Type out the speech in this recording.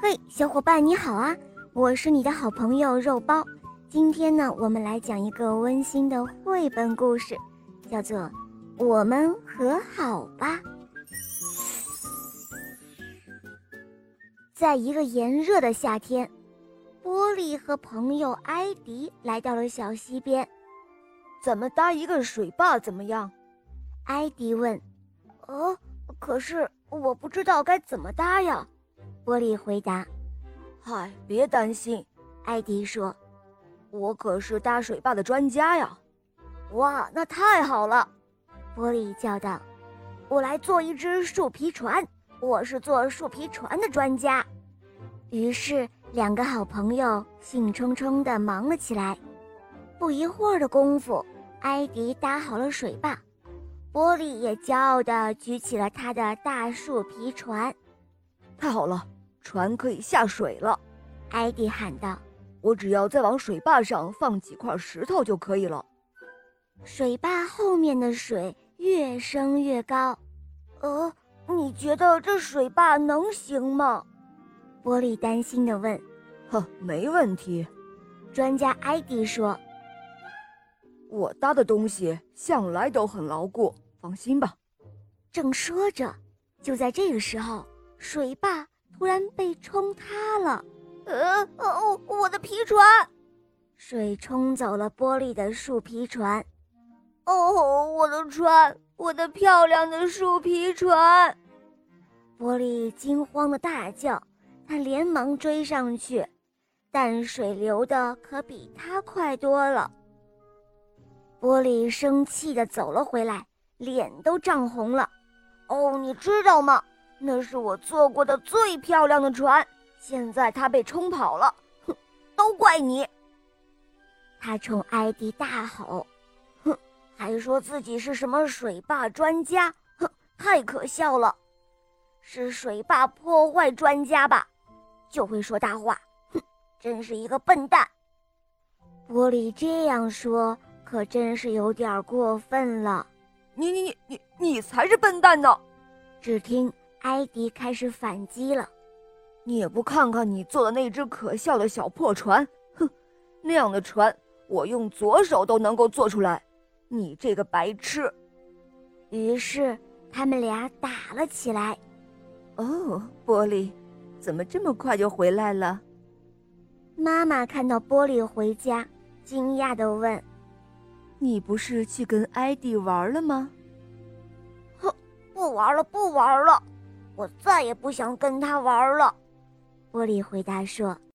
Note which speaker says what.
Speaker 1: 嘿，小伙伴你好啊！我是你的好朋友肉包。今天呢，我们来讲一个温馨的绘本故事，叫做《我们和好吧》。在一个炎热的夏天，波利和朋友埃迪来到了小溪边。
Speaker 2: 咱们搭一个水坝怎么样？
Speaker 1: 埃迪问：“
Speaker 2: 哦，可是我不知道该怎么搭呀。”
Speaker 1: 波利回答：“
Speaker 2: 嗨，别担心。”
Speaker 1: 埃迪说：“
Speaker 2: 我可是搭水坝的专家呀！”
Speaker 3: 哇，那太好了！
Speaker 1: 波利叫道：“
Speaker 3: 我来做一只树皮船，我是做树皮船的专家。”
Speaker 1: 于是，两个好朋友兴冲冲地忙了起来。不一会儿的功夫，埃迪搭好了水坝，波利也骄傲地举起了他的大树皮船。
Speaker 2: 太好了，船可以下水了！
Speaker 1: 埃迪喊道：“
Speaker 2: 我只要再往水坝上放几块石头就可以了。”
Speaker 1: 水坝后面的水越升越高。
Speaker 3: 呃，你觉得这水坝能行吗？
Speaker 1: 波利担心地问。
Speaker 2: “呵，没问题。”
Speaker 1: 专家埃迪说：“
Speaker 2: 我搭的东西向来都很牢固，放心吧。”
Speaker 1: 正说着，就在这个时候，水坝突然被冲塌了。
Speaker 3: 呃，哦，我的皮船！
Speaker 1: 水冲走了玻璃的树皮船。
Speaker 3: 哦，我的船，我的漂亮的树皮船！
Speaker 1: 玻璃惊慌的大叫，他连忙追上去。但水流的可比他快多了。波利生气的走了回来，脸都涨红了。
Speaker 3: 哦，你知道吗？那是我坐过的最漂亮的船，现在它被冲跑了。哼，都怪你！
Speaker 1: 他冲埃迪大吼：“
Speaker 3: 哼，还说自己是什么水坝专家？哼，太可笑了！是水坝破坏专家吧？就会说大话。”真是一个笨蛋！
Speaker 1: 波利这样说，可真是有点过分了。
Speaker 2: 你你你你你才是笨蛋呢！
Speaker 1: 只听埃迪开始反击了：“
Speaker 2: 你也不看看你做的那只可笑的小破船，哼，那样的船我用左手都能够做出来，你这个白痴！”
Speaker 1: 于是他们俩打了起来。
Speaker 2: 哦，波利，怎么这么快就回来了？
Speaker 1: 妈妈看到波利回家，惊讶地问：“
Speaker 2: 你不是去跟埃迪玩了吗？”“
Speaker 3: 哼，不玩了，不玩了，我再也不想跟他玩了。”
Speaker 1: 波利回答说。